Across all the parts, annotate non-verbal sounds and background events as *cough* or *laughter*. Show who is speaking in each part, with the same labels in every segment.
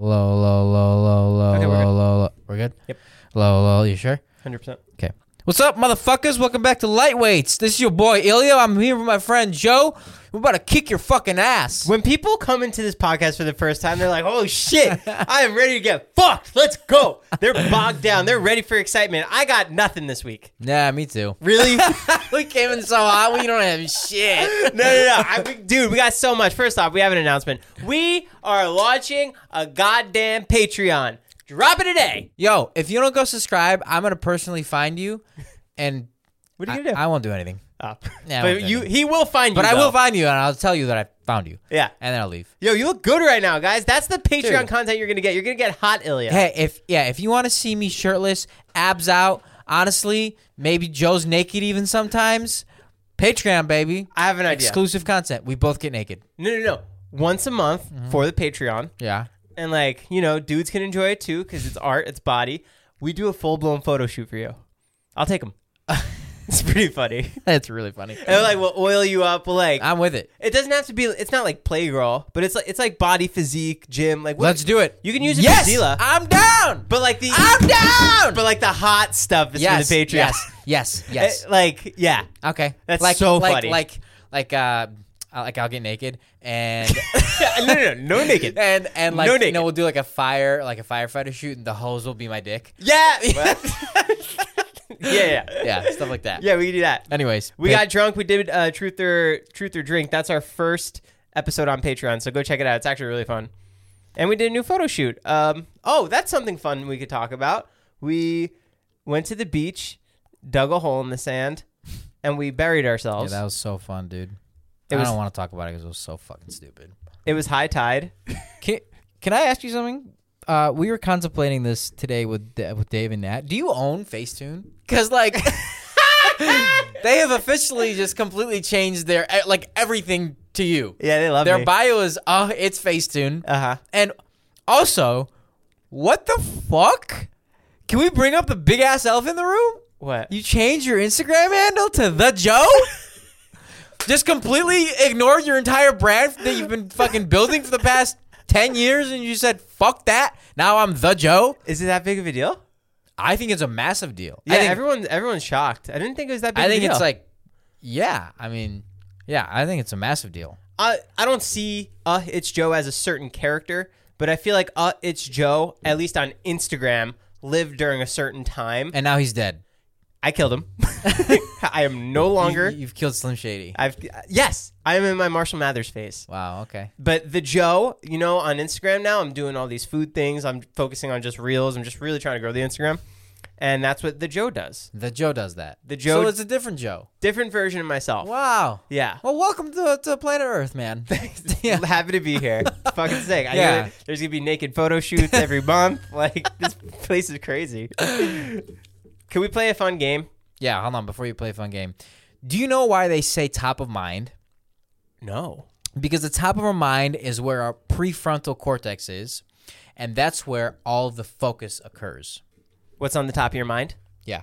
Speaker 1: Low, low, low, low, low,
Speaker 2: Okay, we're
Speaker 1: low,
Speaker 2: good.
Speaker 1: low, low. We're good?
Speaker 2: Yep.
Speaker 1: Low, low, you sure?
Speaker 2: Hundred percent.
Speaker 1: Okay. What's up, motherfuckers? Welcome back to Lightweights. This is your boy Ilio. I'm here with my friend Joe. We're about to kick your fucking ass.
Speaker 2: When people come into this podcast for the first time, they're like, "Oh shit, I am ready to get fucked. Let's go." They're bogged down. They're ready for excitement. I got nothing this week.
Speaker 1: Nah, me too.
Speaker 2: *laughs* Really? no, no,
Speaker 1: we came in so hot, we don't have shit.
Speaker 2: no. I, we- dude, we got so much. First off, we have an announcement. We are launching a goddamn Patreon. Drop it today.
Speaker 1: Yo, if you don't go subscribe, I'm gonna personally find you, and
Speaker 2: What
Speaker 1: I, I won't do anything.
Speaker 2: Oh.
Speaker 1: Yeah, I won't
Speaker 2: but
Speaker 1: do
Speaker 2: you,
Speaker 1: anything.
Speaker 2: he will find you.
Speaker 1: But I will
Speaker 2: though.
Speaker 1: find you, and I'll tell you that I found you.
Speaker 2: Yeah.
Speaker 1: and then I'll leave.
Speaker 2: Yo, you look good right now, guys. That's the Patreon
Speaker 1: Dude.
Speaker 2: content you're gonna get. You're gonna get hot, Ilya.
Speaker 1: Hey, if yeah, if you want to see me shirtless, abs out, honestly, maybe Joe's naked even sometimes. Patreon, baby.
Speaker 2: I have an idea.
Speaker 1: Exclusive content. We both get naked.
Speaker 2: no, no, no. Once a month for the Patreon,
Speaker 1: Yeah.
Speaker 2: and like you know, dudes can enjoy it too because it's art, it's body. We do a full blown photo shoot for you. I'll take them. *laughs* it's pretty funny.
Speaker 1: *laughs* That's really funny.
Speaker 2: And like we'll oil you up. We'll like
Speaker 1: I'm with it.
Speaker 2: it doesn't have to be. It's not like playgirl, but it's like it's like body physique gym. Like what-
Speaker 1: Let's do it.
Speaker 2: You can use it
Speaker 1: yes,
Speaker 2: for Zila,
Speaker 1: I'm down.
Speaker 2: but like the
Speaker 1: I'm down.
Speaker 2: but like the hot stuff is
Speaker 1: yes,
Speaker 2: for the Patreon. *laughs*
Speaker 1: yes. Yes. Yes.
Speaker 2: Eh, like yeah.
Speaker 1: okay.
Speaker 2: That's
Speaker 1: like,
Speaker 2: so
Speaker 1: like,
Speaker 2: funny.
Speaker 1: Like like uh I- like I'll get naked and
Speaker 2: *laughs* no, no, no,
Speaker 1: *laughs*
Speaker 2: no *laughs* naked.
Speaker 1: and and like
Speaker 2: No
Speaker 1: you
Speaker 2: naked.
Speaker 1: know we'll do like a fire like a firefighter shoot and the hose will be my dick.
Speaker 2: *laughs* Yeah. yeah, yeah,
Speaker 1: Yeah, stuff like that.
Speaker 2: Yeah, we can do that.
Speaker 1: Anyways,
Speaker 2: We
Speaker 1: pa-
Speaker 2: got drunk. We did uh, truth or truth or drink. That's our first episode on Patreon. So go check it out. It's actually really fun. And we did a new photo shoot. Um, oh, that's something fun we could talk about. We went to the beach, dug a hole in the sand, and we buried
Speaker 1: Yeah,
Speaker 2: ourselves.
Speaker 1: that was so fun, dude.
Speaker 2: It
Speaker 1: I
Speaker 2: was-
Speaker 1: don't want to talk about it because it was so fucking stupid.
Speaker 2: it was
Speaker 1: *laughs*
Speaker 2: high tide.
Speaker 1: Can Can I ask you something? Uh, we were contemplating this today with Da- with Dave and Nat. Do you own Facetune? Because like, *laughs* they have officially just completely changed their eh, like everything to you.
Speaker 2: Yeah, they love
Speaker 1: their
Speaker 2: me.
Speaker 1: bio is uh, it's Facetune,
Speaker 2: uh huh.
Speaker 1: and also, what the fuck? Can we bring up the big ass elf in the room?
Speaker 2: What?
Speaker 1: You changed your Instagram handle to the
Speaker 2: *laughs*
Speaker 1: Joe? Just completely ignored your entire brand that you've been fucking building for the past 10 years and you said, fuck that. Now I'm the Joe?
Speaker 2: Is it that big of a deal?
Speaker 1: I think it's a massive deal.
Speaker 2: Yeah,
Speaker 1: I think,
Speaker 2: everyone's everyone's shocked. I didn't think it was that big.
Speaker 1: I
Speaker 2: of a
Speaker 1: think it's
Speaker 2: deal.
Speaker 1: like, yeah, I mean, yeah, I think it's a massive deal.
Speaker 2: I I don't see uh it's Joe as a certain character, but I feel like uh it's Joe at least on Instagram lived during a certain time.
Speaker 1: And now he's dead.
Speaker 2: I killed him. *laughs* I am no longer.
Speaker 1: You, have killed Slim Shady.
Speaker 2: I've yes, I am in my Marshall Mathers phase.
Speaker 1: Wow, okay.
Speaker 2: But the Joe, you know, on Instagram now, I'm doing all these food things. I'm focusing on just reels. I'm just really trying to grow the Instagram, and that's what the Joe does.
Speaker 1: The Joe does that.
Speaker 2: The Joe-
Speaker 1: So it's a different Joe.
Speaker 2: Different version of myself.
Speaker 1: Wow.
Speaker 2: Yeah.
Speaker 1: Well, welcome to, to planet Earth, man. *laughs* yeah.
Speaker 2: *laughs* Happy to
Speaker 1: *laughs*
Speaker 2: be here. Fucking sick. I
Speaker 1: Yeah.
Speaker 2: yeah. There's gonna be naked photo
Speaker 1: *laughs*
Speaker 2: shoots every month. Like this place is crazy. Can we play a fun game?
Speaker 1: Yeah, hold on before you play a fun game. Do you know why they say top of mind?
Speaker 2: No.
Speaker 1: Because the top of our mind is where our prefrontal cortex is, and that's where all the focus occurs.
Speaker 2: What's on the top of your mind?
Speaker 1: Yeah.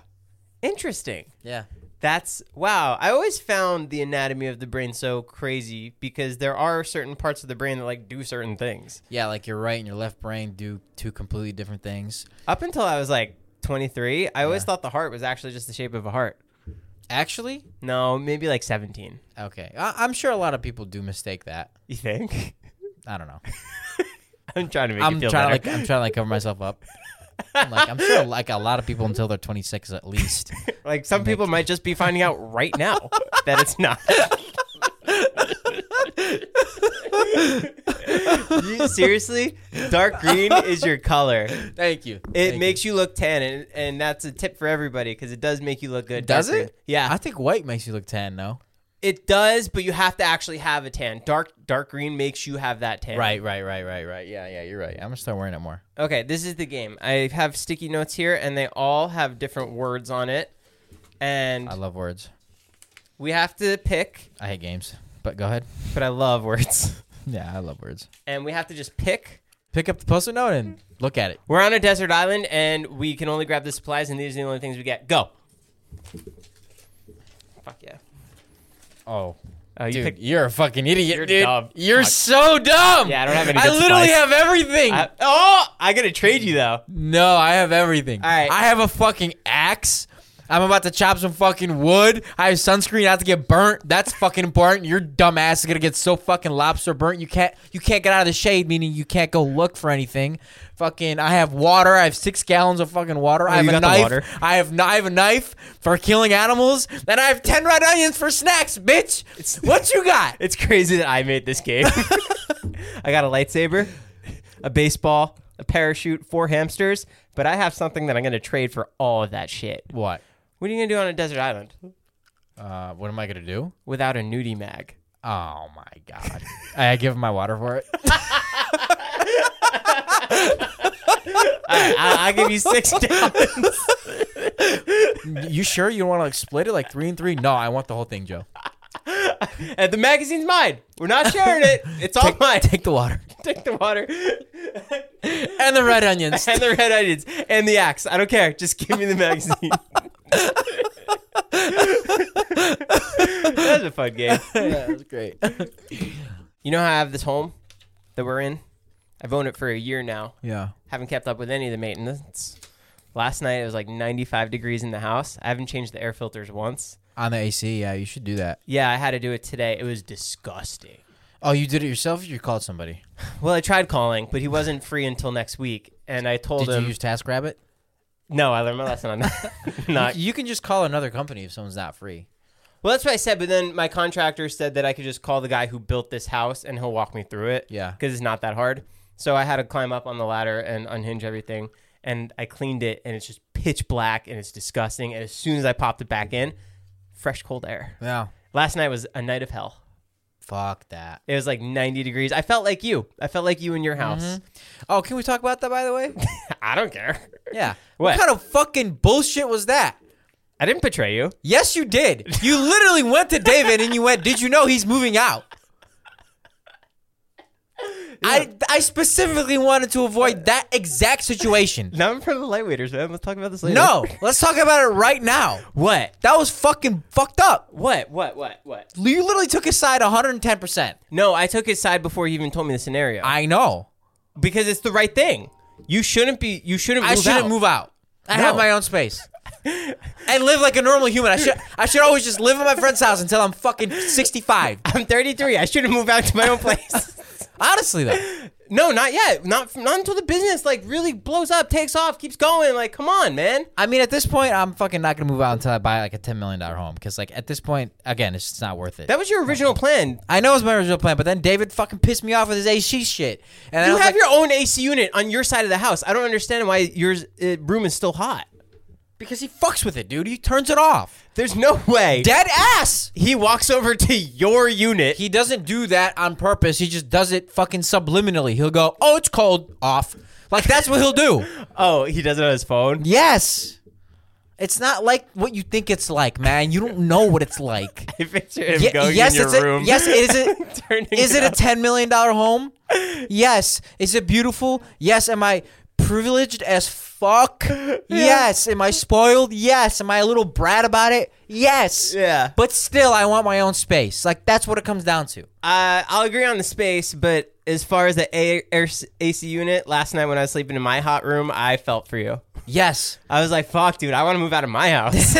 Speaker 2: Interesting.
Speaker 1: Yeah.
Speaker 2: That's wow. I always found the anatomy of the brain so crazy because there are certain parts of the brain that like do certain things.
Speaker 1: Yeah, like your right and your left brain do two completely different things.
Speaker 2: Up until I was like 23, I always thought the heart was actually just the shape of a heart.
Speaker 1: Actually,
Speaker 2: No, maybe like 17.
Speaker 1: okay. I- I'm sure a lot of people do mistake that. *laughs*
Speaker 2: You think? *laughs*
Speaker 1: I don't know.
Speaker 2: I'm trying to make
Speaker 1: I'm
Speaker 2: you feel
Speaker 1: trying to like I'm trying to like cover myself up. I'm like I'm sure like a lot of people until they're 26 at least.
Speaker 2: like, some people might just be finding out right now that it's not. You- seriously, dark green is your
Speaker 1: *laughs*
Speaker 2: color.
Speaker 1: Thank you.
Speaker 2: It makes you. look tan, and, and that's a tip for everybody because it does make you look good.
Speaker 1: Does
Speaker 2: dark green.
Speaker 1: it?
Speaker 2: Yeah,
Speaker 1: I think white makes you look tan, no?
Speaker 2: it does, but you have to actually have a tan. Dark dark green makes you have that tan.
Speaker 1: Right, right, right, right, right. Yeah, yeah, you're right. I'm gonna start wearing it more.
Speaker 2: Okay, this is the game. I have sticky notes here, and they all have different words on it, and
Speaker 1: I love words.
Speaker 2: we have to pick.
Speaker 1: I hate games, but go ahead.
Speaker 2: But I love words, *laughs*
Speaker 1: Yeah, I love words.
Speaker 2: and we have to just pick.
Speaker 1: Pick up the post-it note and look at it.
Speaker 2: We're on a desert island, and we can only grab the supplies, and these are the only things we get. Go. Fuck yeah.
Speaker 1: Oh,
Speaker 2: Oh, you
Speaker 1: dude,
Speaker 2: picked.
Speaker 1: you're a fucking idiot,
Speaker 2: You're
Speaker 1: dude.
Speaker 2: dumb.
Speaker 1: You're
Speaker 2: Fuck.
Speaker 1: so dumb.
Speaker 2: Yeah, I don't have any
Speaker 1: I
Speaker 2: good
Speaker 1: literally have
Speaker 2: supplies.
Speaker 1: everything.
Speaker 2: I, oh, I gotta trade you though.
Speaker 1: No, I have everything.
Speaker 2: All right.
Speaker 1: I have a fucking axe. I'm about to chop some fucking wood. I have sunscreen not to get burnt. That's fucking important. Your dumb ass is gonna get so fucking lobster burnt. You can't you can't get out of the shade, meaning you can't go look for anything. Fucking I have water. I have six gallons of fucking water. I have
Speaker 2: you
Speaker 1: a
Speaker 2: got the
Speaker 1: knife.
Speaker 2: water.
Speaker 1: I have kn- I have a knife for killing animals. Then I have ten red onions for snacks, bitch. *laughs* what you got?
Speaker 2: It's crazy that I made this game. *laughs* I got a lightsaber, a baseball, a parachute, four hamsters, but I have something that I'm gonna trade for all of that shit.
Speaker 1: What?
Speaker 2: *laughs* What are you gonna do on a desert island
Speaker 1: Uh, what am I gonna do?
Speaker 2: without a nudie *laughs* mag?
Speaker 1: Oh my god! *laughs* I give him my water for it.
Speaker 2: I, I give you six dollars.
Speaker 1: You sure you don't want to like split it like three and three? No, I want the whole thing, Joe.
Speaker 2: and Uh, the magazine's mine. We're not
Speaker 1: *laughs*
Speaker 2: sharing it. It's all mine.
Speaker 1: Take the water
Speaker 2: *laughs* Take the water
Speaker 1: and the red onions.
Speaker 2: *laughs* and the red onions and the axe. I don't care. Just give me the magazine.
Speaker 1: *laughs*
Speaker 2: that was a fun game.
Speaker 1: *laughs* yeah, that's great.
Speaker 2: You know how I have this home that we're in? I've owned it for a year now.
Speaker 1: Yeah,
Speaker 2: Haven't kept up with any of the maintenance. Last night it was like 95 degrees in the house. I haven't changed the air filters once.
Speaker 1: on the AC. Yeah, you should do that.
Speaker 2: Yeah, I had to do it today. It was disgusting.
Speaker 1: Oh, you did it yourself? You called somebody?
Speaker 2: Well, I tried calling, but he wasn't free until next week. And I told
Speaker 1: Did
Speaker 2: him,
Speaker 1: you use TaskRabbit?
Speaker 2: no, I learned my lesson
Speaker 1: *laughs*
Speaker 2: on that. *laughs* Not.
Speaker 1: You can just call another company if someone's not free.
Speaker 2: Well, that's what I said. But then my contractor said that I could just call the guy who built this house and he'll walk me through it.
Speaker 1: Yeah.
Speaker 2: Because it's not that hard. So I had to climb up on the ladder and unhinge everything. And I cleaned it and it's just pitch black and it's disgusting. And as soon as I popped it back in, fresh cold air.
Speaker 1: No,
Speaker 2: Last night was a night of hell.
Speaker 1: fuck that.
Speaker 2: It was like 90 degrees. I felt like you. I felt like you in your house. *laughs*
Speaker 1: Oh, can we talk about that by the way?
Speaker 2: I don't care.
Speaker 1: Yeah.
Speaker 2: What?
Speaker 1: kind of fucking bullshit was that?
Speaker 2: I didn't betray you.
Speaker 1: Yes, you did. You literally went to David and you went, "Did you know he's moving out?" I I specifically wanted to avoid that exact situation.
Speaker 2: Now I'm in front of the lightweighters, man. Let's talk about this later.
Speaker 1: No, let's talk about it right now.
Speaker 2: What?
Speaker 1: That was fucking fucked up.
Speaker 2: What? What? What? What?
Speaker 1: You literally took his side 110%.
Speaker 2: No, I took his side before you even told me the scenario.
Speaker 1: I know.
Speaker 2: because it's the right thing. You shouldn't be. You shouldn't.
Speaker 1: I
Speaker 2: move
Speaker 1: shouldn't
Speaker 2: out.
Speaker 1: move out. I
Speaker 2: No.
Speaker 1: have my own
Speaker 2: *laughs*
Speaker 1: space. and live like a normal human. I should I should always just live in my friend's house until I'm fucking 65.
Speaker 2: I'm 33. I shouldn't move out to my own
Speaker 1: *laughs*
Speaker 2: place.
Speaker 1: Honestly though.
Speaker 2: no, not yet. Not not until the business like really blows up, takes off, keeps going. Like, come on, man.
Speaker 1: I mean, at this point, I'm fucking not gonna move out until I buy like a ten million dollar home because, like, at this point, again, it's just not worth it.
Speaker 2: That was your original plan.
Speaker 1: I know it's my original plan, but then David fucking pissed me off with his AC shit, and I
Speaker 2: You
Speaker 1: was
Speaker 2: have
Speaker 1: like,
Speaker 2: your own AC unit on your side of the house. I don't understand why your uh, room is still hot.
Speaker 1: because he fucks with it, dude. He turns it off.
Speaker 2: There's no way.
Speaker 1: Dead ass.
Speaker 2: he walks over to your unit.
Speaker 1: He doesn't do that on purpose. He just does it fucking subliminally. He'll go, "Oh, it's cold." Off. Like that's what he'll do.
Speaker 2: oh, he does it on his phone.
Speaker 1: *laughs* Yes. It's not like what you think it's like, man. You don't know what it's like. *laughs*
Speaker 2: *laughs* I picture him
Speaker 1: Ye-
Speaker 2: going
Speaker 1: yes,
Speaker 2: in your
Speaker 1: it's
Speaker 2: room.
Speaker 1: A, yes,
Speaker 2: *laughs*
Speaker 1: is *laughs* it?
Speaker 2: Turning
Speaker 1: is it
Speaker 2: it
Speaker 1: a
Speaker 2: up.
Speaker 1: ten million dollar *laughs* home? Yes. Is it beautiful? Yes. Am I privileged as *laughs* fuck? Yes. Am I spoiled? Yes. Am I a little brat about it? Yes.
Speaker 2: Yeah.
Speaker 1: But still, I want my own space. Like that's what it comes down to.
Speaker 2: Uh, I'll agree on the space, but as far as the A- air AC unit, last night when I was sleeping in my hot room, I felt for you.
Speaker 1: Yes.
Speaker 2: I was like, "Fuck, dude, I want to move out of my *laughs* house."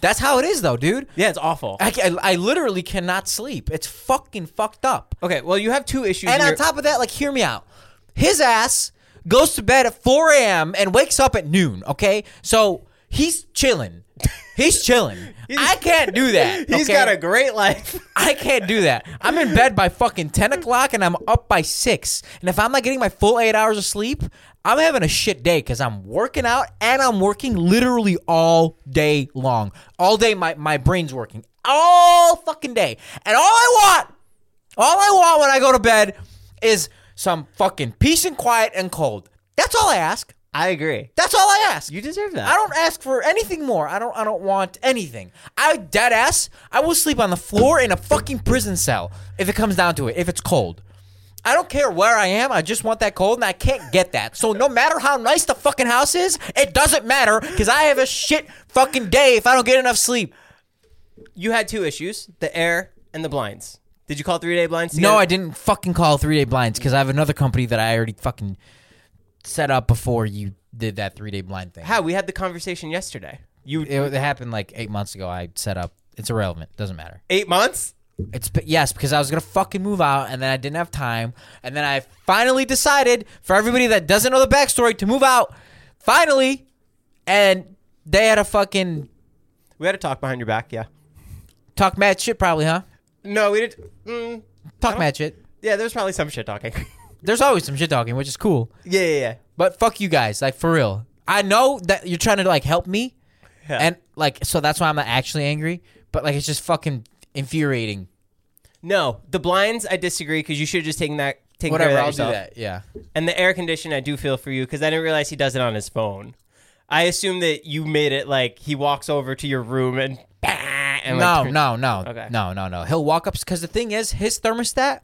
Speaker 1: that's how it is, though, dude.
Speaker 2: yeah, it's awful.
Speaker 1: I, ca- I, I literally cannot sleep. It's fucking fucked up.
Speaker 2: Oh, Okay, well, you have two issues.
Speaker 1: And
Speaker 2: in
Speaker 1: on
Speaker 2: your-
Speaker 1: top of that, like, hear me out. His ass goes to bed at 4 a.m. and wakes up at noon. Okay, so he's
Speaker 2: *laughs*
Speaker 1: chilling. He's chilling. I can't do that.
Speaker 2: He's
Speaker 1: okay?
Speaker 2: got a great life. *laughs*
Speaker 1: I can't do that. I'm in bed by fucking 10 o'clock and I'm up by 6. And if I'm not getting my full eight hours of sleep, I'm having a shit day because I'm working out and I'm working literally all day long. All day, my, my brain's working all fucking day. And all I want, all I want when I go to bed is some fucking peace and quiet and cold. That's all I ask.
Speaker 2: I agree.
Speaker 1: That's all I ask.
Speaker 2: You deserve that.
Speaker 1: I don't ask for anything more. I don't. I don't want anything. I dead ass. I will sleep on the floor in a fucking prison cell if it comes down to it. If it's cold, I don't care where I am. I just want that cold, and I can't get that. So no matter how nice the fucking house is, it doesn't matter because I have a shit fucking day if I don't get enough sleep.
Speaker 2: You had two issues: the air and the blinds. Did you call three day blinds?
Speaker 1: No,
Speaker 2: together?
Speaker 1: I didn't fucking call three day blinds because I have another company that I already fucking set up before you did that three day blind thing.
Speaker 2: How we had the conversation yesterday. You
Speaker 1: It, it happened like eight months ago. I set up. It's irrelevant. Doesn't matter.
Speaker 2: eight months.
Speaker 1: It's yes, because I was gonna fucking move out, and then I didn't have time, and then I finally decided for everybody that doesn't know the backstory to move out, finally, and they had a fucking
Speaker 2: We had a talk behind your back. Yeah.
Speaker 1: talk mad shit, probably, huh?
Speaker 2: No, we didn't. Mm,
Speaker 1: Talk mad shit.
Speaker 2: yeah, there's probably some shit talking. *laughs*
Speaker 1: There's always some shit talking, which is cool,
Speaker 2: yeah, yeah, yeah.
Speaker 1: but fuck you guys, like for real. I know that you're trying to like help me,
Speaker 2: Yeah.
Speaker 1: and like so that's why I'm not actually angry, but like it's just fucking infuriating.
Speaker 2: No, the blinds. I disagree because you should have just taken that. Taken
Speaker 1: Whatever,
Speaker 2: care of
Speaker 1: I'll do
Speaker 2: yourself.
Speaker 1: that. Yeah.
Speaker 2: And the air condition, I do feel for you because I didn't realize he does it on his phone. I assume that you made it like he walks over to your room and. and like,
Speaker 1: no,
Speaker 2: turn-
Speaker 1: no, no,
Speaker 2: Okay.
Speaker 1: no, no, no. He'll walk up because the thing is, his thermostat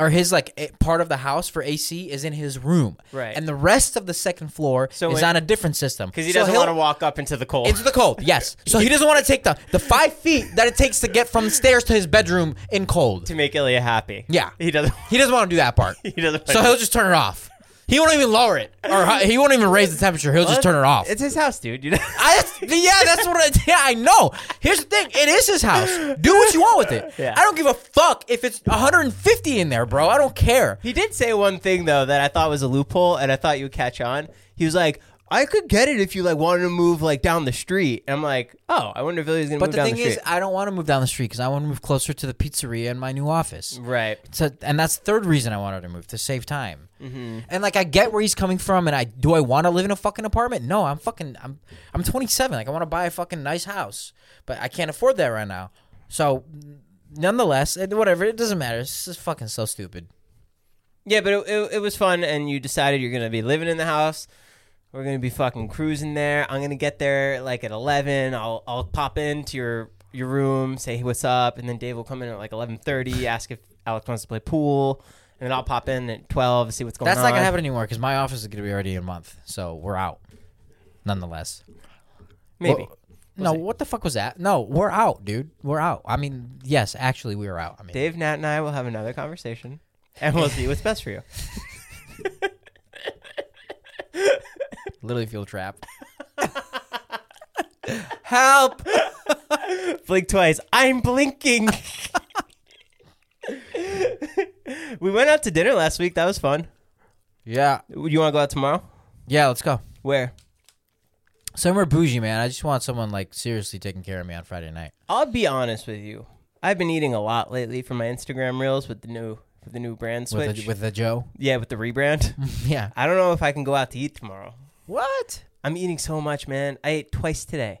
Speaker 1: or his like a- part of the house for AC is in his room,
Speaker 2: Right.
Speaker 1: And the rest of the second floor
Speaker 2: So
Speaker 1: is
Speaker 2: it-
Speaker 1: on a different system
Speaker 2: Because he
Speaker 1: So
Speaker 2: doesn't
Speaker 1: he'll-
Speaker 2: want to walk up into the cold.
Speaker 1: into the cold. Yes, so he doesn't want to take the the five feet that it takes to get from the stairs to his bedroom in cold.
Speaker 2: *laughs* to make Ilya happy.
Speaker 1: Yeah.
Speaker 2: *laughs* He doesn't.
Speaker 1: He doesn't want to do that part,
Speaker 2: *laughs* He doesn't.
Speaker 1: so he'll just turn it off. He won't even lower it,
Speaker 2: *laughs*
Speaker 1: or hi- he won't even raise the temperature. He'll *laughs* just turn it off.
Speaker 2: It's his house, dude. You know? *laughs*
Speaker 1: I, that's- yeah, that's what I, yeah, I know. Here's the thing: it is his house. Do what you want with it.
Speaker 2: Yeah.
Speaker 1: I don't give a fuck if it's 150 in there, bro. I don't care.
Speaker 2: He did say one thing though that I thought was a loophole, and I thought you'd catch on. He was like, "I could get it if you like wanted to move like down the street." And I'm like, "Oh, I wonder if Ilya's gonna
Speaker 1: But
Speaker 2: move
Speaker 1: the
Speaker 2: down
Speaker 1: thing
Speaker 2: the
Speaker 1: is,
Speaker 2: street."
Speaker 1: I don't want to move down the street because I want to move closer to the pizzeria and my new office.
Speaker 2: right.
Speaker 1: So, and that's the third reason I wanted to move to save time.
Speaker 2: Mm-hmm.
Speaker 1: And like, I get where he's coming from, and I do I want to live in a fucking apartment? No, I'm fucking I'm I'm 27. Like, I want to buy a fucking nice house, but I can't afford that right now. So, nonetheless, it, whatever, it doesn't matter. This is fucking so stupid.
Speaker 2: Yeah, but it, it, it was fun, and you decided you're gonna be living in the house. We're gonna be fucking cruising there. I'm gonna get there like at 11. I'll I'll pop into your your room, say hey, what's up, and then Dave will come in at like 11:30, ask if Alex wants to play pool, and then I'll pop in at 12, see what's going
Speaker 1: That's
Speaker 2: on.
Speaker 1: not gonna happen anymore because my office is gonna be already in a month, so we're out. Nonetheless,
Speaker 2: Maybe.
Speaker 1: Well, no, what the fuck was that? No, we're out, dude. We're out. I mean, yes, actually, we are out. I mean,
Speaker 2: Dave, Nat, and I will have another conversation, and we'll see what's best for you.
Speaker 1: literally feel trapped. *laughs* Help!
Speaker 2: *laughs* Blink twice. I'm blinking. *laughs* we went out to dinner last week. That was fun.
Speaker 1: Yeah,
Speaker 2: You want to go out tomorrow?
Speaker 1: yeah. Let's go.
Speaker 2: Where?
Speaker 1: Somewhere bougie, man. I just want someone like seriously taking care of me on Friday night.
Speaker 2: I'll be honest with you. I've been eating a lot lately for my Instagram reels with the new with the new brand
Speaker 1: With a,
Speaker 2: switch.
Speaker 1: with a Joe. *laughs*
Speaker 2: yeah, with the rebrand.
Speaker 1: yeah.
Speaker 2: I don't know if I can go out to eat tomorrow.
Speaker 1: What?
Speaker 2: I'm eating so much, man. I ate twice today.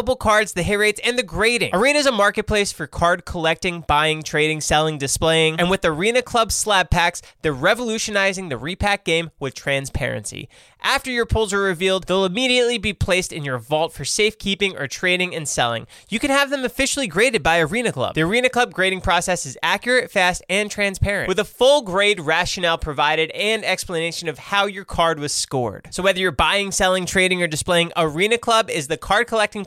Speaker 2: available cards, the hit rates, and the grading. Arena is a marketplace for card collecting, buying, trading, selling, displaying, and with Arena Club slab packs, they're revolutionizing the repack game with transparency. After your pulls are revealed, they'll immediately be placed in your vault for safekeeping or trading and selling. You can have them officially graded by Arena Club. The Arena Club grading process is accurate, fast, and transparent, with a full grade rationale provided and explanation of how your card was scored. So, whether you're buying, selling, trading, or displaying, Arena Club is the card collecting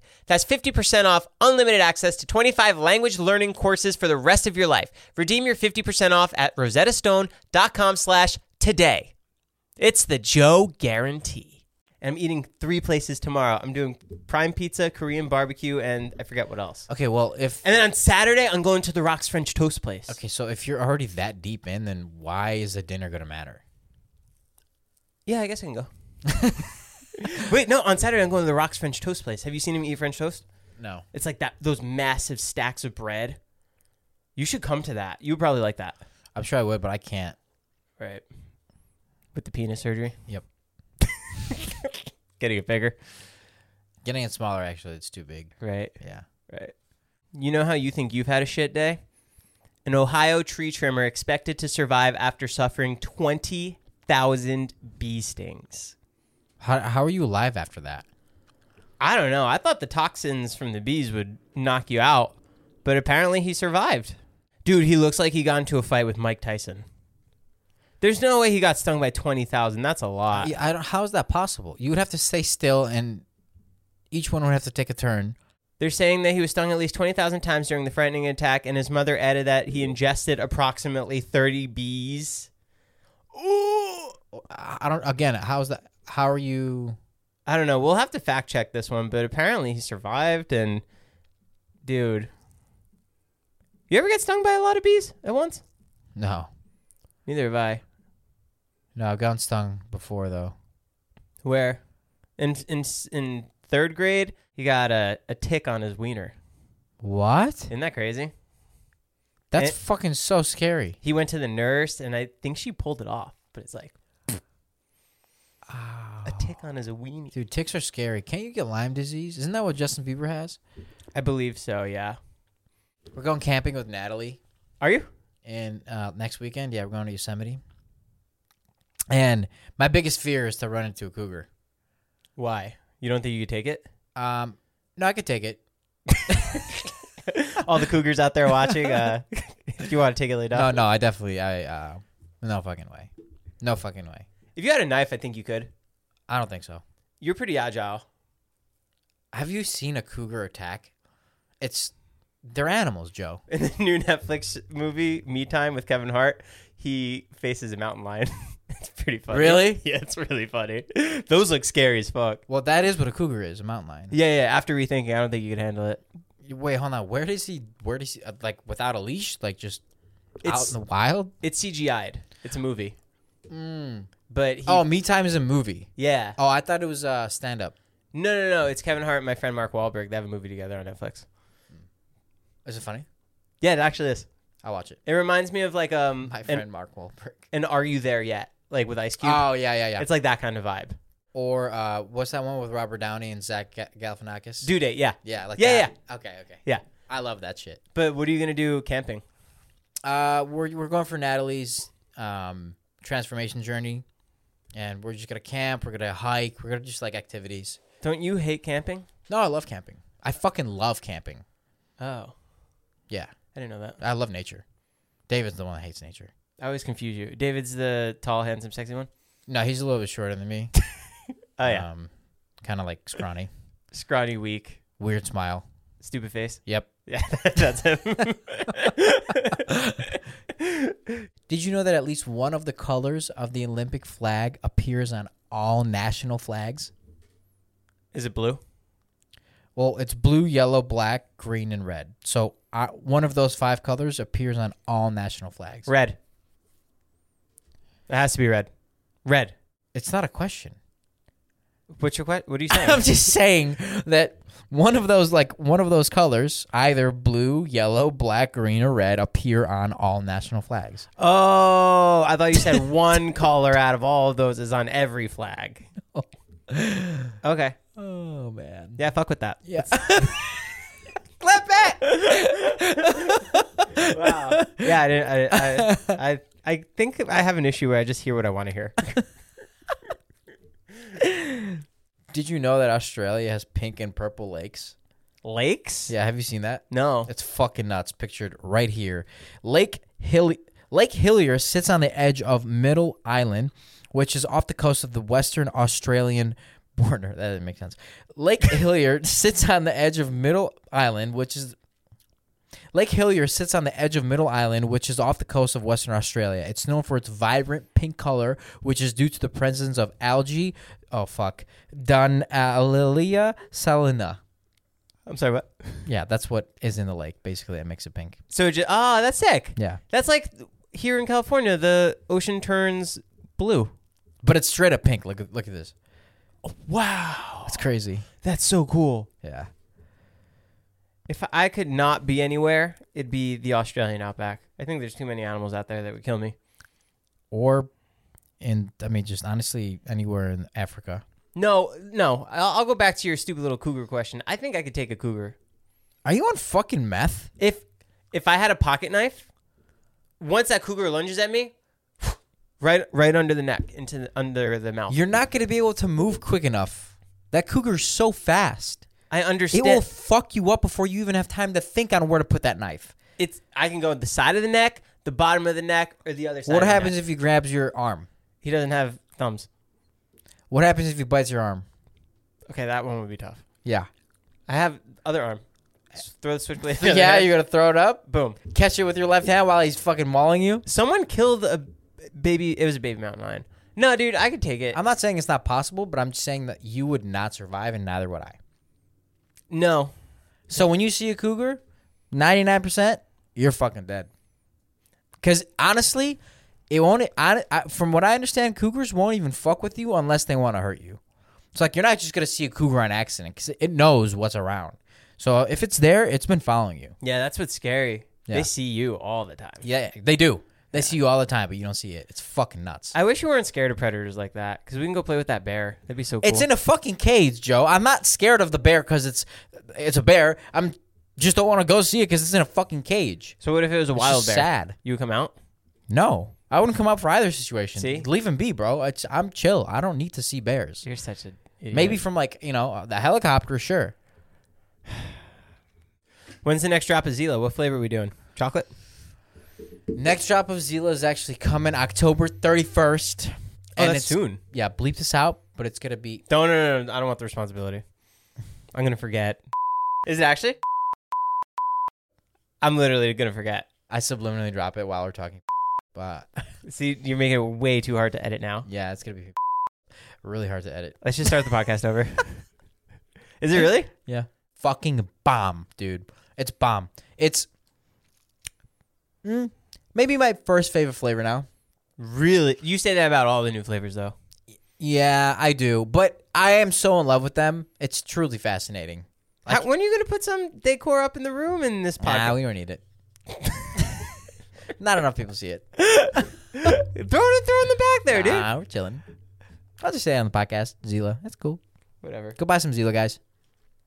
Speaker 2: That's 50% off unlimited access to 25 language learning courses for the rest of your life. Redeem your 50% off at rosettastone.com slash today. It's the Joe guarantee. And I'm eating three places tomorrow. I'm doing prime pizza, Korean barbecue, and I forget what else.
Speaker 1: Okay, well, if
Speaker 2: And then on Saturday, I'm going to the Rock's French Toast Place.
Speaker 1: okay, so if you're already that deep in, then why is the dinner gonna matter?
Speaker 2: Yeah, I guess I
Speaker 1: *laughs*
Speaker 2: can go. Wait, no, on Saturday, I'm going to the Rock's French Toast Place. Have you seen him eat French toast?
Speaker 1: No,
Speaker 2: It's like that those massive stacks of bread. You should come to that. You would probably like that.
Speaker 1: I'm sure I would, but I can't.
Speaker 2: Right. With the penis surgery.
Speaker 1: Yep,
Speaker 2: *laughs* Getting it bigger.
Speaker 1: getting it smaller actually, it's too big.
Speaker 2: Right.
Speaker 1: Yeah.
Speaker 2: Right. You know how you think you've had a shit day? An Ohio tree trimmer expected to survive after suffering 20,000 bee stings.
Speaker 1: How how are you alive after that?
Speaker 2: I don't know. I thought the toxins from the bees would knock you out, but apparently he survived. Dude, he looks like he got into a fight with Mike Tyson. There's no way he got stung by 20,000. That's a lot.
Speaker 1: Yeah, I don't, how is that possible? You would have to stay still, and each one would have to take a turn.
Speaker 2: They're saying that he was stung at least 20,000 times during the frightening attack, and his mother added that he ingested approximately 30 bees. Ooh!
Speaker 1: I I don't. Again, how is that? How are you?
Speaker 2: I don't know. We'll have to fact check this one, but apparently he survived, and dude. You ever get stung by a lot of bees at once?
Speaker 1: No,
Speaker 2: Neither have I.
Speaker 1: no, I've gotten stung before though.
Speaker 2: Where? In in in third grade, he got a, a tick on his wiener.
Speaker 1: What?
Speaker 2: Isn't that crazy?
Speaker 1: That's
Speaker 2: It-
Speaker 1: fucking so scary.
Speaker 2: He went to the nurse, and I think she pulled it off, but it's like a tick on his weenie.
Speaker 1: Dude, ticks are scary. Can't you get Lyme disease? Isn't that what Justin Bieber has?
Speaker 2: I believe so. Yeah.
Speaker 1: We're going camping with Natalie,
Speaker 2: Are you?
Speaker 1: and uh, next weekend, yeah, we're going to Yosemite. And my biggest fear is to run into a cougar.
Speaker 2: Why? You don't think you could take it?
Speaker 1: Um, no, I could take it.
Speaker 2: All the cougars out there watching. Uh, if you want to take it laid
Speaker 1: No,
Speaker 2: off.
Speaker 1: no, I definitely, I, uh, no fucking way, no fucking way.
Speaker 2: If you had a knife, I think you could.
Speaker 1: I don't think so.
Speaker 2: You're pretty agile. *laughs*
Speaker 1: Have you seen a cougar attack? It's they're animals, Joe.
Speaker 2: In the new Netflix movie Me Time with Kevin Hart, he faces a mountain lion. *laughs* it's pretty funny.
Speaker 1: Really?
Speaker 2: *laughs* Yeah, it's really funny. Those look scary as fuck.
Speaker 1: Well, that is what a cougar is, a mountain lion.
Speaker 2: Yeah, yeah. After rethinking, I don't think you could handle it.
Speaker 1: Wait, hold on. Where does he? Where does he? Uh, like without a leash? Like just out
Speaker 2: It's
Speaker 1: in the wild?
Speaker 2: it's CGI'd. It's a movie. But he,
Speaker 1: Oh, Me Time is a movie.
Speaker 2: yeah,
Speaker 1: Oh, I thought it was uh, stand up.
Speaker 2: no, no, no. It's Kevin Hart and my friend Mark Wahlberg. They have a movie together on Netflix.
Speaker 1: Is it funny?
Speaker 2: Yeah, it actually is.
Speaker 1: I watch it.
Speaker 2: It reminds me of like um
Speaker 1: My friend
Speaker 2: an,
Speaker 1: Mark Wahlberg.
Speaker 2: an Are You There Yet? Like with Ice Cube.
Speaker 1: Oh yeah, yeah, yeah.
Speaker 2: It's like that kind of vibe.
Speaker 1: or uh, what's that one with Robert Downey and Zach Ga- Galifianakis?
Speaker 2: Due date, yeah.
Speaker 1: Yeah, like
Speaker 2: Yeah,
Speaker 1: that. yeah. Okay, okay.
Speaker 2: Yeah.
Speaker 1: I love that shit.
Speaker 2: But what are you gonna do camping?
Speaker 1: Uh, we're we're going for Natalie's um transformation journey, and we're just gonna camp. We're gonna hike. We're gonna just like activities.
Speaker 2: Don't you hate camping?
Speaker 1: No, I love camping. I fucking love camping.
Speaker 2: Oh.
Speaker 1: Yeah,
Speaker 2: I didn't know that.
Speaker 1: I love nature. David's the one that hates nature.
Speaker 2: I always confuse you. David's the tall, handsome, sexy one.
Speaker 1: No, he's a little bit shorter than me.
Speaker 2: *laughs* Oh yeah.
Speaker 1: Um, kind of like scrawny,
Speaker 2: Scrawny weak.
Speaker 1: weird smile.
Speaker 2: Stupid face.
Speaker 1: Yep.
Speaker 2: Yeah, *laughs* that's him.
Speaker 1: *laughs* Did you know that at least one of the colors of the Olympic flag appears on all national flags?
Speaker 2: Is it blue?
Speaker 1: Well, it's blue, yellow, black, green, and red. So uh, one of those five colors appears on all national flags.
Speaker 2: Red. It has to be red. Red.
Speaker 1: It's not a question.
Speaker 2: What's your question? What are you *laughs*
Speaker 1: *laughs*
Speaker 2: saying?
Speaker 1: I'm just saying that one of those, like one of those colors, either blue, yellow, black, green, or red, appear on all national flags.
Speaker 2: Oh, I thought you said *laughs* one color out of all of those is on every *laughs* flag. Okay.
Speaker 1: Oh man.
Speaker 2: Yeah, fuck with that.
Speaker 1: Yeah. *laughs*
Speaker 2: Clip it. wow. Yeah, I, didn't, I, I, I, I think I have an issue where I just hear what I want to hear.
Speaker 1: Did you know that Australia has pink and purple lakes?
Speaker 2: *laughs* Lakes?
Speaker 1: Yeah, have you seen that?
Speaker 2: No.
Speaker 1: It's fucking nuts. Pictured right here. Lake Hill Lake Hillier sits on the edge of Middle Island, which is off the coast of the Western Australian *laughs* border. That doesn't make sense. Lake Hillier *laughs* sits on the edge of Middle Island, which is Lake Hillier sits on the edge of Middle Island, which is off the coast of Western Australia. It's known for its vibrant pink color, which is due to the presence of algae. Oh fuck, Dunalilia salina.
Speaker 2: I'm sorry, what?
Speaker 1: Yeah, that's what is in the lake. Basically, it makes it pink.
Speaker 2: So, just, ah, that's sick.
Speaker 1: Yeah,
Speaker 2: That's like here in California, the ocean turns blue.
Speaker 1: but it's straight up pink. Look, at look at this.
Speaker 2: Wow.
Speaker 1: It's crazy.
Speaker 2: That's so cool.
Speaker 1: Yeah.
Speaker 2: If I could not be anywhere, it'd be the Australian outback. I think there's too many animals out there that would kill me.
Speaker 1: Or, in I mean, just honestly, anywhere in Africa.
Speaker 2: No, no. I'll, I'll go back to your stupid little cougar question. I think I could take a cougar
Speaker 1: Are you on fucking meth?
Speaker 2: if if I had a pocket knife. Once that cougar lunges at me, *sighs* right, right under the neck, into the, under the mouth.
Speaker 1: You're not gonna be able to move quick enough. That cougar's so fast.
Speaker 2: I
Speaker 1: It
Speaker 2: understand.
Speaker 1: will fuck you up before you even have time to think on where to put that knife.
Speaker 2: it's I can go at the side of the neck, the bottom of the neck, or the other side.
Speaker 1: What
Speaker 2: of the
Speaker 1: happens
Speaker 2: neck.
Speaker 1: if he grabs your arm?
Speaker 2: he doesn't have thumbs?
Speaker 1: What happens if he bites your arm?
Speaker 2: Okay, that one would be tough.
Speaker 1: Yeah.
Speaker 2: I have other arm. S- Throw the switchblade. through the
Speaker 1: Yeah,
Speaker 2: head.
Speaker 1: you're gonna throw it up,
Speaker 2: boom.
Speaker 1: catch it with your left hand while he's fucking mauling you.
Speaker 2: Someone killed a baby. It was a baby mountain lion. No, dude, I could take it.
Speaker 1: I'm not saying it's not possible, but I'm just saying that you would not survive, and neither would I.
Speaker 2: no,
Speaker 1: So when you see a cougar, 99%, you're fucking dead. Because honestly, it won't. I, I, from what I understand, cougars won't even fuck with you unless they want to hurt you. It's like you're not just gonna see a cougar on accident because it knows what's around. So if it's there, it's been following you.
Speaker 2: yeah, that's what's scary.
Speaker 1: Yeah.
Speaker 2: They see you all the time.
Speaker 1: Yeah, they do. They see you all the time, but you don't see it. It's fucking nuts.
Speaker 2: I wish you weren't scared of predators like that because we can go play with that bear. That'd be so cool.
Speaker 1: It's in a fucking cage, Joe. I'm not scared of the bear because it's it's a bear. I'm just don't want to go see it because it's in a fucking cage.
Speaker 2: so what if it was a wild
Speaker 1: just
Speaker 2: bear?
Speaker 1: sad.
Speaker 2: You would come out.
Speaker 1: No, I wouldn't come out for either situation.
Speaker 2: See?
Speaker 1: leave him be, bro. It's, I'm chill. I don't need to see bears.
Speaker 2: You're such an idiot.
Speaker 1: Maybe from like you know the helicopter, sure.
Speaker 2: When's the next drop of Zila? What flavor are we doing? Chocolate.
Speaker 1: Next drop of Zila is actually coming October 31st.
Speaker 2: Oh, that's
Speaker 1: it's,
Speaker 2: soon.
Speaker 1: Yeah, bleep this out, but it's gonna be
Speaker 2: Don't. No, no, no, I don't want the responsibility. I'm gonna forget. Is it actually? I'm literally gonna forget.
Speaker 1: I subliminally drop it while we're talking, but
Speaker 2: See, you're making it way too hard to edit now.
Speaker 1: yeah, it's gonna be really hard to edit.
Speaker 2: Let's just start the podcast over. *laughs* Is it really?
Speaker 1: Yeah. Fucking bomb, dude. It's bomb. It's mm, maybe my first favorite flavor now.
Speaker 2: Really? You say that about all the new flavors, though.
Speaker 1: Yeah, I do. But I am so in love with them. It's truly fascinating.
Speaker 2: How, when are you gonna put some decor up in the room in this
Speaker 1: Nah,
Speaker 2: podcast?
Speaker 1: we don't need it. *laughs* Not enough people see it.
Speaker 2: Throw it, throw it in the back there, dude.
Speaker 1: Nah, we're chilling. I'll just say it on the podcast, Zila. That's cool.
Speaker 2: Whatever.
Speaker 1: Go buy some Zila, guys.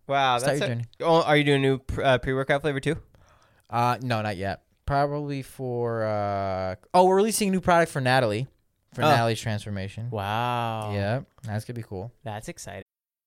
Speaker 2: Wow,
Speaker 1: Start
Speaker 2: that's
Speaker 1: your
Speaker 2: a-
Speaker 1: journey.
Speaker 2: Oh, are you doing new pr- uh, pre-workout flavor too?
Speaker 1: Uh, no, not yet. Probably for uh oh, we're releasing a new product for Natalie, for
Speaker 2: Oh.
Speaker 1: Natalie's transformation.
Speaker 2: Wow.
Speaker 1: Yeah, that's gonna be cool.
Speaker 2: That's exciting.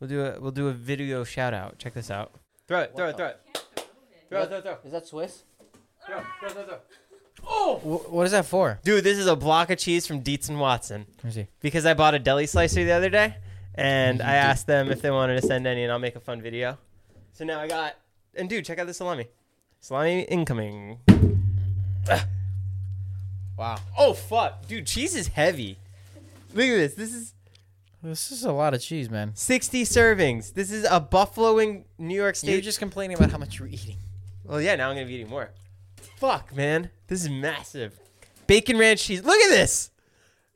Speaker 2: We'll do a we'll do a video shout out. Check this out. Throw it, throw it, throw it. Throw it, throw it, throw it.
Speaker 1: Is that Swiss?
Speaker 2: Throw it, throw it, throw it, throw it.
Speaker 1: what is that for?
Speaker 2: Dude, this is a block of cheese from Dietz and Watson.
Speaker 1: Let me see.
Speaker 2: Because I bought a deli slicer the other day and I asked them if they wanted to send any and I'll make a fun video. So now I got and dude, check out this salami. Salami incoming.
Speaker 1: Wow,
Speaker 2: Oh fuck. Dude, cheese is heavy. Look at this. This is
Speaker 1: this is a lot of cheese, man.
Speaker 2: 60 servings. This is a buffalo in New York State.
Speaker 1: You're just complaining about how much you're eating.
Speaker 2: Well, yeah, now I'm gonna be eating more. Fuck, man, this is massive. Bacon ranch cheese. Look at this,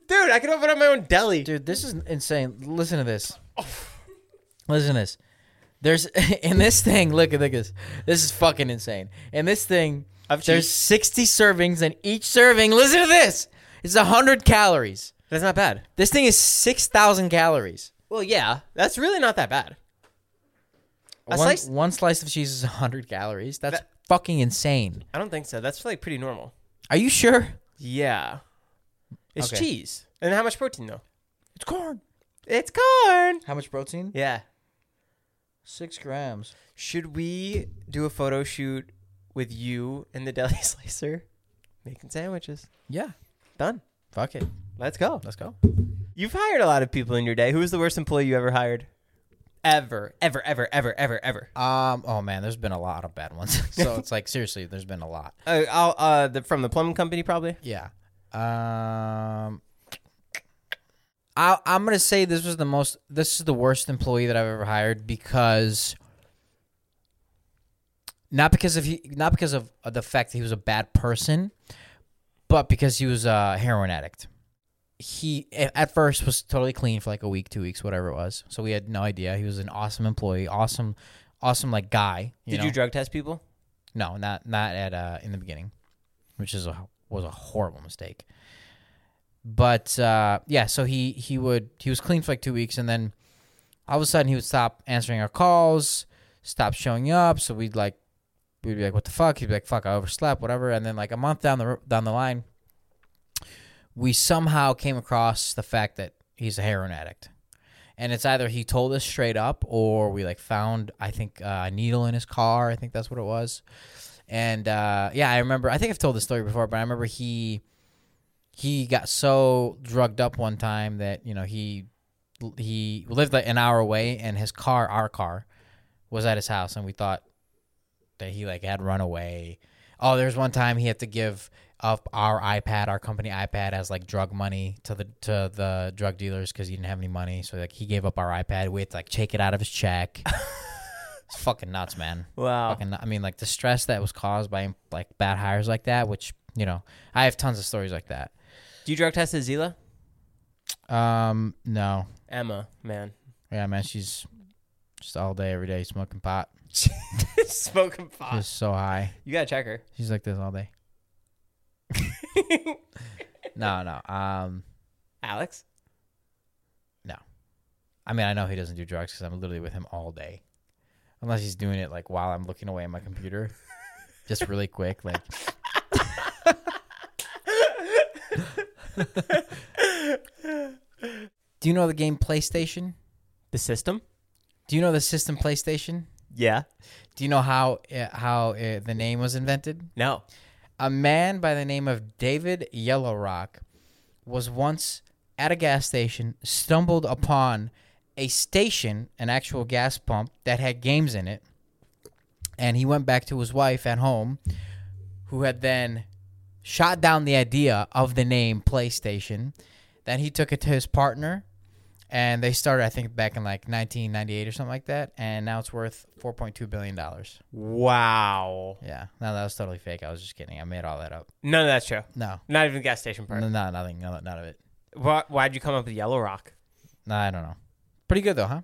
Speaker 2: dude. I can open up my own deli.
Speaker 1: Dude, this is insane. Listen to this. Listen to this. There's *laughs* in this thing. Look at look at this. This is fucking insane. In this thing,
Speaker 2: Of
Speaker 1: there's
Speaker 2: cheese.
Speaker 1: 60 servings, and each serving. Listen to this. It's 100 calories.
Speaker 2: That's not bad.
Speaker 1: This thing is 6,000 calories.
Speaker 2: Well, yeah, that's really not that bad.
Speaker 1: One,
Speaker 2: A slice-
Speaker 1: one slice of cheese is 100 calories. That's
Speaker 2: That-
Speaker 1: fucking insane.
Speaker 2: I don't think so. That's like pretty normal.
Speaker 1: Are you sure?
Speaker 2: Yeah, it's
Speaker 1: Okay.
Speaker 2: cheese. And how much protein though?
Speaker 1: It's corn.
Speaker 2: It's corn.
Speaker 1: How much protein?
Speaker 2: Yeah.
Speaker 1: Six grams.
Speaker 2: Should we do a photo shoot with you and the *laughs* deli slicer making sandwiches?
Speaker 1: Yeah.
Speaker 2: Done.
Speaker 1: Fuck it.
Speaker 2: Let's go.
Speaker 1: Let's go.
Speaker 2: You've hired a lot of people in your day. Who was the worst employee you ever hired? Ever, ever, ever, ever, ever, ever.
Speaker 1: Um. Oh man, there's been a lot of bad ones. *laughs* so it's like seriously, there's been a lot.
Speaker 2: Uh, I'll, uh, the, from the plumbing company, probably.
Speaker 1: Yeah. Um. I I'm gonna say this was the most. This is the worst employee that I've ever hired because. Not because of he, not because of the fact that he was a bad person, but because he was a heroin addict. He a- at first was totally clean for like a week, two weeks, whatever it was. So we had no idea. He was an awesome employee, awesome, awesome like guy. You
Speaker 2: Did
Speaker 1: know?
Speaker 2: you drug test people?
Speaker 1: No, not not at uh, in the beginning, which is a was a horrible mistake. But uh, yeah, so he he would he was clean for like two weeks, and then all of a sudden he would stop answering our calls, stop showing up. So we'd like we'd be like, "What the fuck?" He'd be like, "Fuck, I overslept, whatever." And then like a month down the ro- down the line, we somehow came across the fact that he's a heroin addict. And it's either he told us straight up, or we like found I think uh, a needle in his car. I think that's what it was. And uh, yeah, I remember. I think I've told this story before, but I remember he he got so drugged up one time that you know he he lived like an hour away, and his car, our car, was at his house, and we thought that he like had run away. Oh, there's one time he had to give up our iPad, our company iPad, as like drug money to the to the drug dealers because he didn't have any money. So like he gave up our iPad. We had to like take it out of his check. *laughs* it's fucking nuts, man.
Speaker 2: Wow.
Speaker 1: Fucking, nu- I mean, like the stress that was caused by like bad hires like that. Which you know, I have tons of stories like that.
Speaker 2: Do you drug test Azila?
Speaker 1: Um, no,
Speaker 2: Emma, man,
Speaker 1: yeah, man, she's just all day, every day, smoking pot.
Speaker 2: smoking pot.
Speaker 1: She's so high.
Speaker 2: You gotta check her.
Speaker 1: She's like this all day. *laughs* no, no. Um,
Speaker 2: Alex,
Speaker 1: I mean, I know he doesn't do drugs because I'm literally with him all day, unless he's doing it like while I'm looking away at my computer. just really quick, like Do you know the game PlayStation?
Speaker 2: The system?
Speaker 1: Do you know the system PlayStation?
Speaker 2: Yeah.
Speaker 1: Do you know how uh, how uh, the name was invented?
Speaker 2: No.
Speaker 1: A man by the name of David Yellow Rock was once at a gas station, stumbled upon a station, an actual gas pump that had games in it, and he went back to his wife at home, who had then shot down the idea of the name PlayStation. Then he took it to his partner, and they started, I think, back in like 1998 or something like that, and now it's worth 4.2 billion dollars.
Speaker 2: Wow.
Speaker 1: Yeah, no, that was totally fake. I was just kidding. I made all that up.
Speaker 2: None of that's true.
Speaker 1: No,
Speaker 2: Not even the gas station part.
Speaker 1: no, no nothing, no, none of it.
Speaker 2: Why, why'd you come up with Yellow Rock?
Speaker 1: No, I don't know. Pretty good though, huh?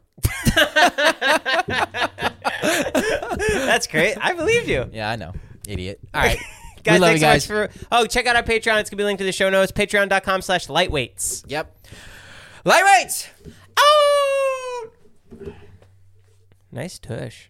Speaker 2: That's great. I
Speaker 1: *laughs*
Speaker 2: believe you.
Speaker 1: Yeah, I know. Idiot.
Speaker 2: All right.
Speaker 1: We
Speaker 2: *laughs* Guys,
Speaker 1: love
Speaker 2: thanks
Speaker 1: you guys.
Speaker 2: so much for. Oh, check out our Patreon. It's going to be linked to the show notes. Patreon.com slash lightweights.
Speaker 1: Yep. Lightweights.
Speaker 2: Nice tush.